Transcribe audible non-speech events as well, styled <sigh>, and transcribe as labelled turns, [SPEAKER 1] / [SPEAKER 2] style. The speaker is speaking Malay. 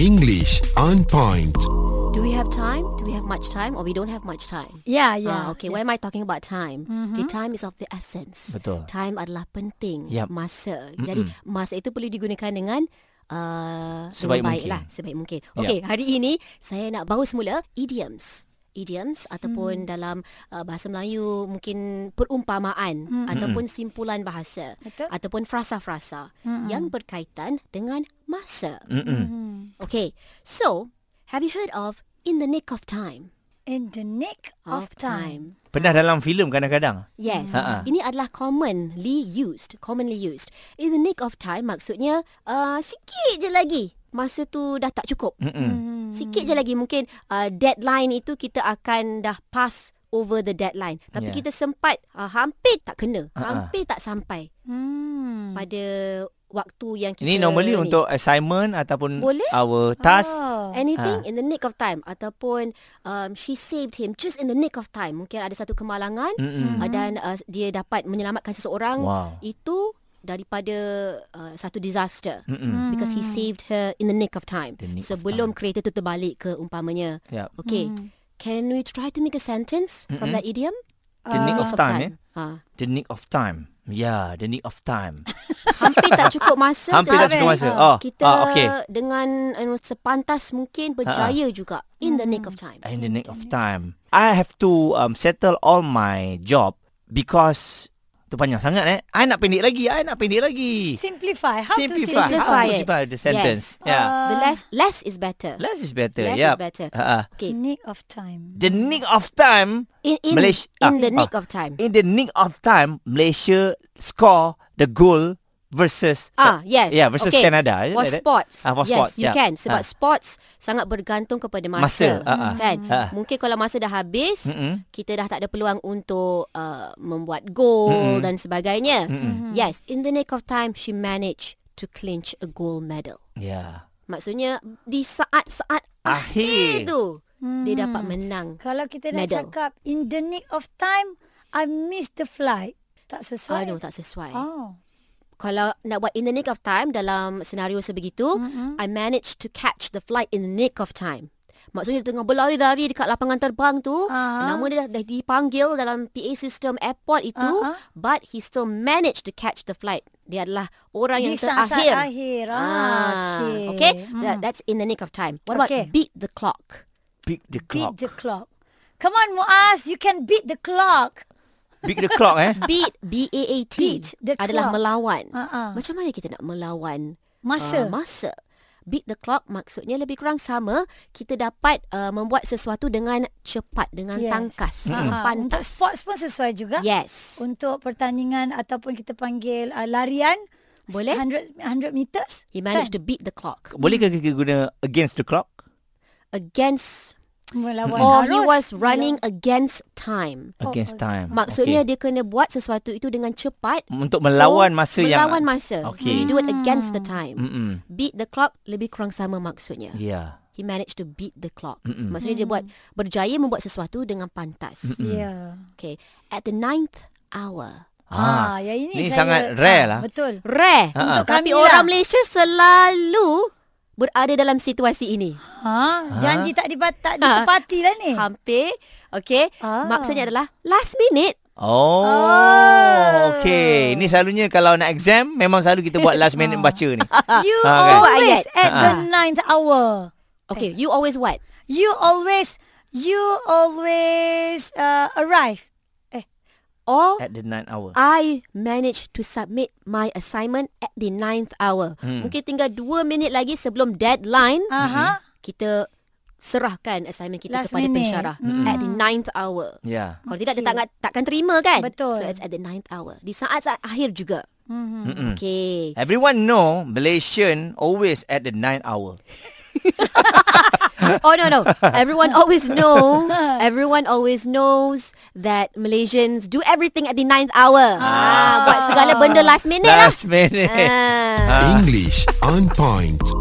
[SPEAKER 1] English on point.
[SPEAKER 2] Do we have time? Do we have much time or we don't have much time? Oh. Yeah.
[SPEAKER 3] Ya, ya.
[SPEAKER 2] okay, why am I talking about time? Mm-hmm. Okay, time is of the essence.
[SPEAKER 4] Betul.
[SPEAKER 2] Time adalah penting.
[SPEAKER 4] Yap.
[SPEAKER 2] Masa. Mm-mm. Jadi masa itu perlu digunakan dengan uh, dengan baik
[SPEAKER 4] Sebaik mungkin.
[SPEAKER 2] lah, sebaik mungkin. Okey, hari ini saya nak bawa semula idioms. Idioms ataupun hmm. dalam uh, bahasa Melayu mungkin perumpamaan hmm. ataupun simpulan bahasa
[SPEAKER 3] Betul.
[SPEAKER 2] ataupun frasa-frasa hmm. yang berkaitan dengan masa.
[SPEAKER 4] Mm-mm.
[SPEAKER 3] Hmm.
[SPEAKER 2] Okay, so have you heard of in the nick of time?
[SPEAKER 3] In the nick of time. Hmm.
[SPEAKER 4] Pernah dalam filem kadang-kadang.
[SPEAKER 2] Yes,
[SPEAKER 4] Ha-ha.
[SPEAKER 2] ini adalah commonly used, commonly used. In the nick of time maksudnya uh, sikit je lagi masa tu dah tak cukup.
[SPEAKER 4] Mm-mm.
[SPEAKER 3] Hmm.
[SPEAKER 2] Sikit je lagi mungkin uh, deadline itu kita akan dah pass over the deadline. Tapi
[SPEAKER 4] Yeah.
[SPEAKER 2] kita sempat uh, hampir tak kena,
[SPEAKER 4] Ha-ha.
[SPEAKER 2] hampir tak sampai
[SPEAKER 3] Hmm.
[SPEAKER 2] pada waktu yang kita
[SPEAKER 4] Ini
[SPEAKER 2] ni.
[SPEAKER 4] normally untuk assignment
[SPEAKER 2] Eh.
[SPEAKER 4] ataupun
[SPEAKER 2] Boleh. Ah.
[SPEAKER 4] our task.
[SPEAKER 3] Oh.
[SPEAKER 2] Anything
[SPEAKER 4] Ha.
[SPEAKER 2] in the nick of time ataupun um, she saved him just in the nick of time. Mungkin ada satu kemalangan
[SPEAKER 4] Mm-mm.
[SPEAKER 2] uh, dan uh, dia dapat menyelamatkan seseorang
[SPEAKER 4] Wow.
[SPEAKER 2] itu daripada uh, satu disaster.
[SPEAKER 4] Mm-mm.
[SPEAKER 2] Because he saved her in the nick of time.
[SPEAKER 4] Hmm. The nick of
[SPEAKER 2] Sebelum kereta tu terbalik ke umpamanya.
[SPEAKER 4] Yep.
[SPEAKER 2] Okay. Can we try to make a sentence from that idiom? Ah.
[SPEAKER 4] The nick of time, eh?
[SPEAKER 2] Ha.
[SPEAKER 4] The nick of time. Yeah, the nick
[SPEAKER 2] <laughs>
[SPEAKER 4] of time.
[SPEAKER 2] Hampir tak cukup masa.
[SPEAKER 4] <laughs> Hampir tak cukup masa.
[SPEAKER 2] Ah,
[SPEAKER 4] Oh,
[SPEAKER 2] Kita
[SPEAKER 4] ah, okay.
[SPEAKER 2] dengan you know, sepantas mungkin berjaya juga in the nick of time.
[SPEAKER 4] in the nick of time. I have to um, settle all my job because tu panjang sangat eh. I nak pendek lagi. I nak pendek lagi.
[SPEAKER 3] Simplify. How
[SPEAKER 4] simplify.
[SPEAKER 3] to simplify
[SPEAKER 4] How to
[SPEAKER 2] it.
[SPEAKER 4] simplify the sentence.
[SPEAKER 2] Yes.
[SPEAKER 4] Yeah.
[SPEAKER 2] the less less is better.
[SPEAKER 4] less is better.
[SPEAKER 2] less is
[SPEAKER 4] yeah.
[SPEAKER 2] better.
[SPEAKER 4] Uh,
[SPEAKER 2] Okay.
[SPEAKER 3] Nick of time.
[SPEAKER 4] the nick of time
[SPEAKER 2] In in,
[SPEAKER 4] Malaysia-
[SPEAKER 2] in
[SPEAKER 4] ah,
[SPEAKER 2] the nick
[SPEAKER 4] ah.
[SPEAKER 2] of time.
[SPEAKER 4] in the nick of time Malaysia score the goal versus
[SPEAKER 2] Ah, yes.
[SPEAKER 4] Yeah, versus
[SPEAKER 2] okay.
[SPEAKER 4] Canada. eh,
[SPEAKER 2] For
[SPEAKER 4] like that.
[SPEAKER 2] sports.
[SPEAKER 4] Ah, for
[SPEAKER 2] yes,
[SPEAKER 4] sports,
[SPEAKER 2] you
[SPEAKER 4] yeah.
[SPEAKER 2] can. Sebab
[SPEAKER 4] Ah.
[SPEAKER 2] sports sangat bergantung kepada
[SPEAKER 4] Masa,
[SPEAKER 2] masa.
[SPEAKER 4] ah, ah.
[SPEAKER 2] Kan?
[SPEAKER 4] Ah.
[SPEAKER 2] Mungkin kalau masa dah habis,
[SPEAKER 4] Mm-mm.
[SPEAKER 2] kita dah tak ada peluang untuk uh, membuat gol dan sebagainya.
[SPEAKER 3] Mm-hmm.
[SPEAKER 2] Yes, in the nick of time, she managed to clinch a gold medal.
[SPEAKER 4] Yeah.
[SPEAKER 2] Maksudnya, di saat-saat
[SPEAKER 4] Akhir.
[SPEAKER 2] akhir tu,
[SPEAKER 3] Hmm.
[SPEAKER 2] dia dapat menang.
[SPEAKER 3] Kalau kita nak
[SPEAKER 2] Medal.
[SPEAKER 3] cakap in the nick of time, I missed the flight.
[SPEAKER 2] Ah,
[SPEAKER 3] Tak
[SPEAKER 2] no,
[SPEAKER 3] sesuai.
[SPEAKER 2] tak sesuai.
[SPEAKER 3] Oh.
[SPEAKER 2] Kalau nak buat in the nick of time dalam senario sebegitu,
[SPEAKER 3] Mm-hmm.
[SPEAKER 2] I managed to catch the flight in the nick of time. Maksudnya dia tengah berlari-lari dekat lapangan terbang tu,
[SPEAKER 3] Ah.
[SPEAKER 2] nama dia dah, dah dipanggil dalam PA system airport itu,
[SPEAKER 3] Ah, ah.
[SPEAKER 2] but he still managed to catch the flight. Dia adalah orang yang
[SPEAKER 3] Di
[SPEAKER 2] terakhir.
[SPEAKER 3] saat-saat akhir. Ah, okay.
[SPEAKER 2] okay?
[SPEAKER 3] Hmm.
[SPEAKER 2] That, that's in the nick of time. What about
[SPEAKER 3] Okay.
[SPEAKER 2] beat the
[SPEAKER 3] <laughs>
[SPEAKER 2] clock?
[SPEAKER 4] Beat the
[SPEAKER 3] Beat
[SPEAKER 4] clock.
[SPEAKER 3] the clock. Come on, Muaz. You can beat the clock.
[SPEAKER 4] Beat the clock
[SPEAKER 2] <laughs>
[SPEAKER 4] eh.
[SPEAKER 2] Beat B-A-A-T
[SPEAKER 3] Beat the
[SPEAKER 2] adalah
[SPEAKER 3] clock.
[SPEAKER 2] melawan.
[SPEAKER 3] Ah, ah.
[SPEAKER 2] Macam mana kita nak melawan Uh,
[SPEAKER 3] Masa.
[SPEAKER 2] masa. Beat the clock maksudnya lebih kurang sama kita dapat uh, membuat sesuatu dengan cepat dengan yes. tangkas dengan
[SPEAKER 3] Ah,
[SPEAKER 2] pantas.
[SPEAKER 3] Untuk sports ya? Oh, pun sesuai juga.
[SPEAKER 2] Yes.
[SPEAKER 3] Untuk pertandingan ataupun kita panggil uh, larian.
[SPEAKER 2] Boleh.
[SPEAKER 3] 100, 100 meters.
[SPEAKER 2] He managed to beat the clock
[SPEAKER 4] Boleh ke kita guna against the clock?
[SPEAKER 2] against or
[SPEAKER 3] Melawan arus.
[SPEAKER 2] Oh, he was running against time.
[SPEAKER 4] Against time.
[SPEAKER 2] Oh, Maksudnya dia
[SPEAKER 4] okay.
[SPEAKER 2] kena buat sesuatu itu dengan cepat
[SPEAKER 4] untuk melawan masa yang
[SPEAKER 2] melawan masa. He
[SPEAKER 4] Okay.
[SPEAKER 2] do it against
[SPEAKER 3] Hmm.
[SPEAKER 2] the time.
[SPEAKER 4] Mm-mm.
[SPEAKER 2] Beat the clock lebih kurang sama maksudnya.
[SPEAKER 4] Yeah.
[SPEAKER 2] He managed to beat the clock. Mm-mm. Maksudnya dia buat
[SPEAKER 3] Hmm.
[SPEAKER 2] berjaya membuat sesuatu dengan pantas.
[SPEAKER 3] Yeah.
[SPEAKER 2] Okay. At the ninth hour.
[SPEAKER 3] Ya. Ah, ya ini
[SPEAKER 4] Ni
[SPEAKER 3] saya,
[SPEAKER 4] sangat rare lah.
[SPEAKER 3] Betul.
[SPEAKER 2] Rare.
[SPEAKER 3] Untuk
[SPEAKER 2] Tapi
[SPEAKER 3] kami lah.
[SPEAKER 2] orang Malaysia selalu berada dalam situasi ini.
[SPEAKER 3] Ha,
[SPEAKER 4] Ah.
[SPEAKER 3] janji tak dibat tak
[SPEAKER 2] Ah.
[SPEAKER 3] ditepati lah ni.
[SPEAKER 2] Hampir. Okay.
[SPEAKER 3] Ah.
[SPEAKER 2] Maksudnya adalah last minute.
[SPEAKER 4] Oh,
[SPEAKER 2] Oh.
[SPEAKER 4] okay. Ni selalunya kalau nak exam memang selalu kita buat last
[SPEAKER 2] <laughs>
[SPEAKER 4] minute baca ni.
[SPEAKER 3] You
[SPEAKER 4] Ah, kan?
[SPEAKER 3] always
[SPEAKER 2] Buat
[SPEAKER 3] at the ninth hour. Eh.
[SPEAKER 2] Okay. You always what?
[SPEAKER 3] You always you always uh, arrive.
[SPEAKER 2] Or
[SPEAKER 4] At the ninth hour.
[SPEAKER 2] I managed to submit my assignment at the ninth hour. Mungkin tinggal dua minit lagi sebelum deadline.
[SPEAKER 3] Aha.
[SPEAKER 2] Kita serahkan assignment kita
[SPEAKER 3] Ah. Last
[SPEAKER 2] kepada
[SPEAKER 3] minute. Hmm.
[SPEAKER 2] pensyarah. At the ninth hour.
[SPEAKER 4] Yeah.
[SPEAKER 2] Kalau tidak dia tak, takkan terima kan? So
[SPEAKER 3] Betul.
[SPEAKER 2] it's at the ninth hour. Di saat-saat akhir juga. Mm-hmm. <laughs> Okay.
[SPEAKER 4] Everyone know Malaysian always at the ninth hour.
[SPEAKER 2] Oh no no. Everyone always know. Everyone always knows that Malaysians do everything at the ninth hour. Ah, buat segala benda last minute lah.
[SPEAKER 4] Last minute.
[SPEAKER 2] Ah.
[SPEAKER 1] English on point.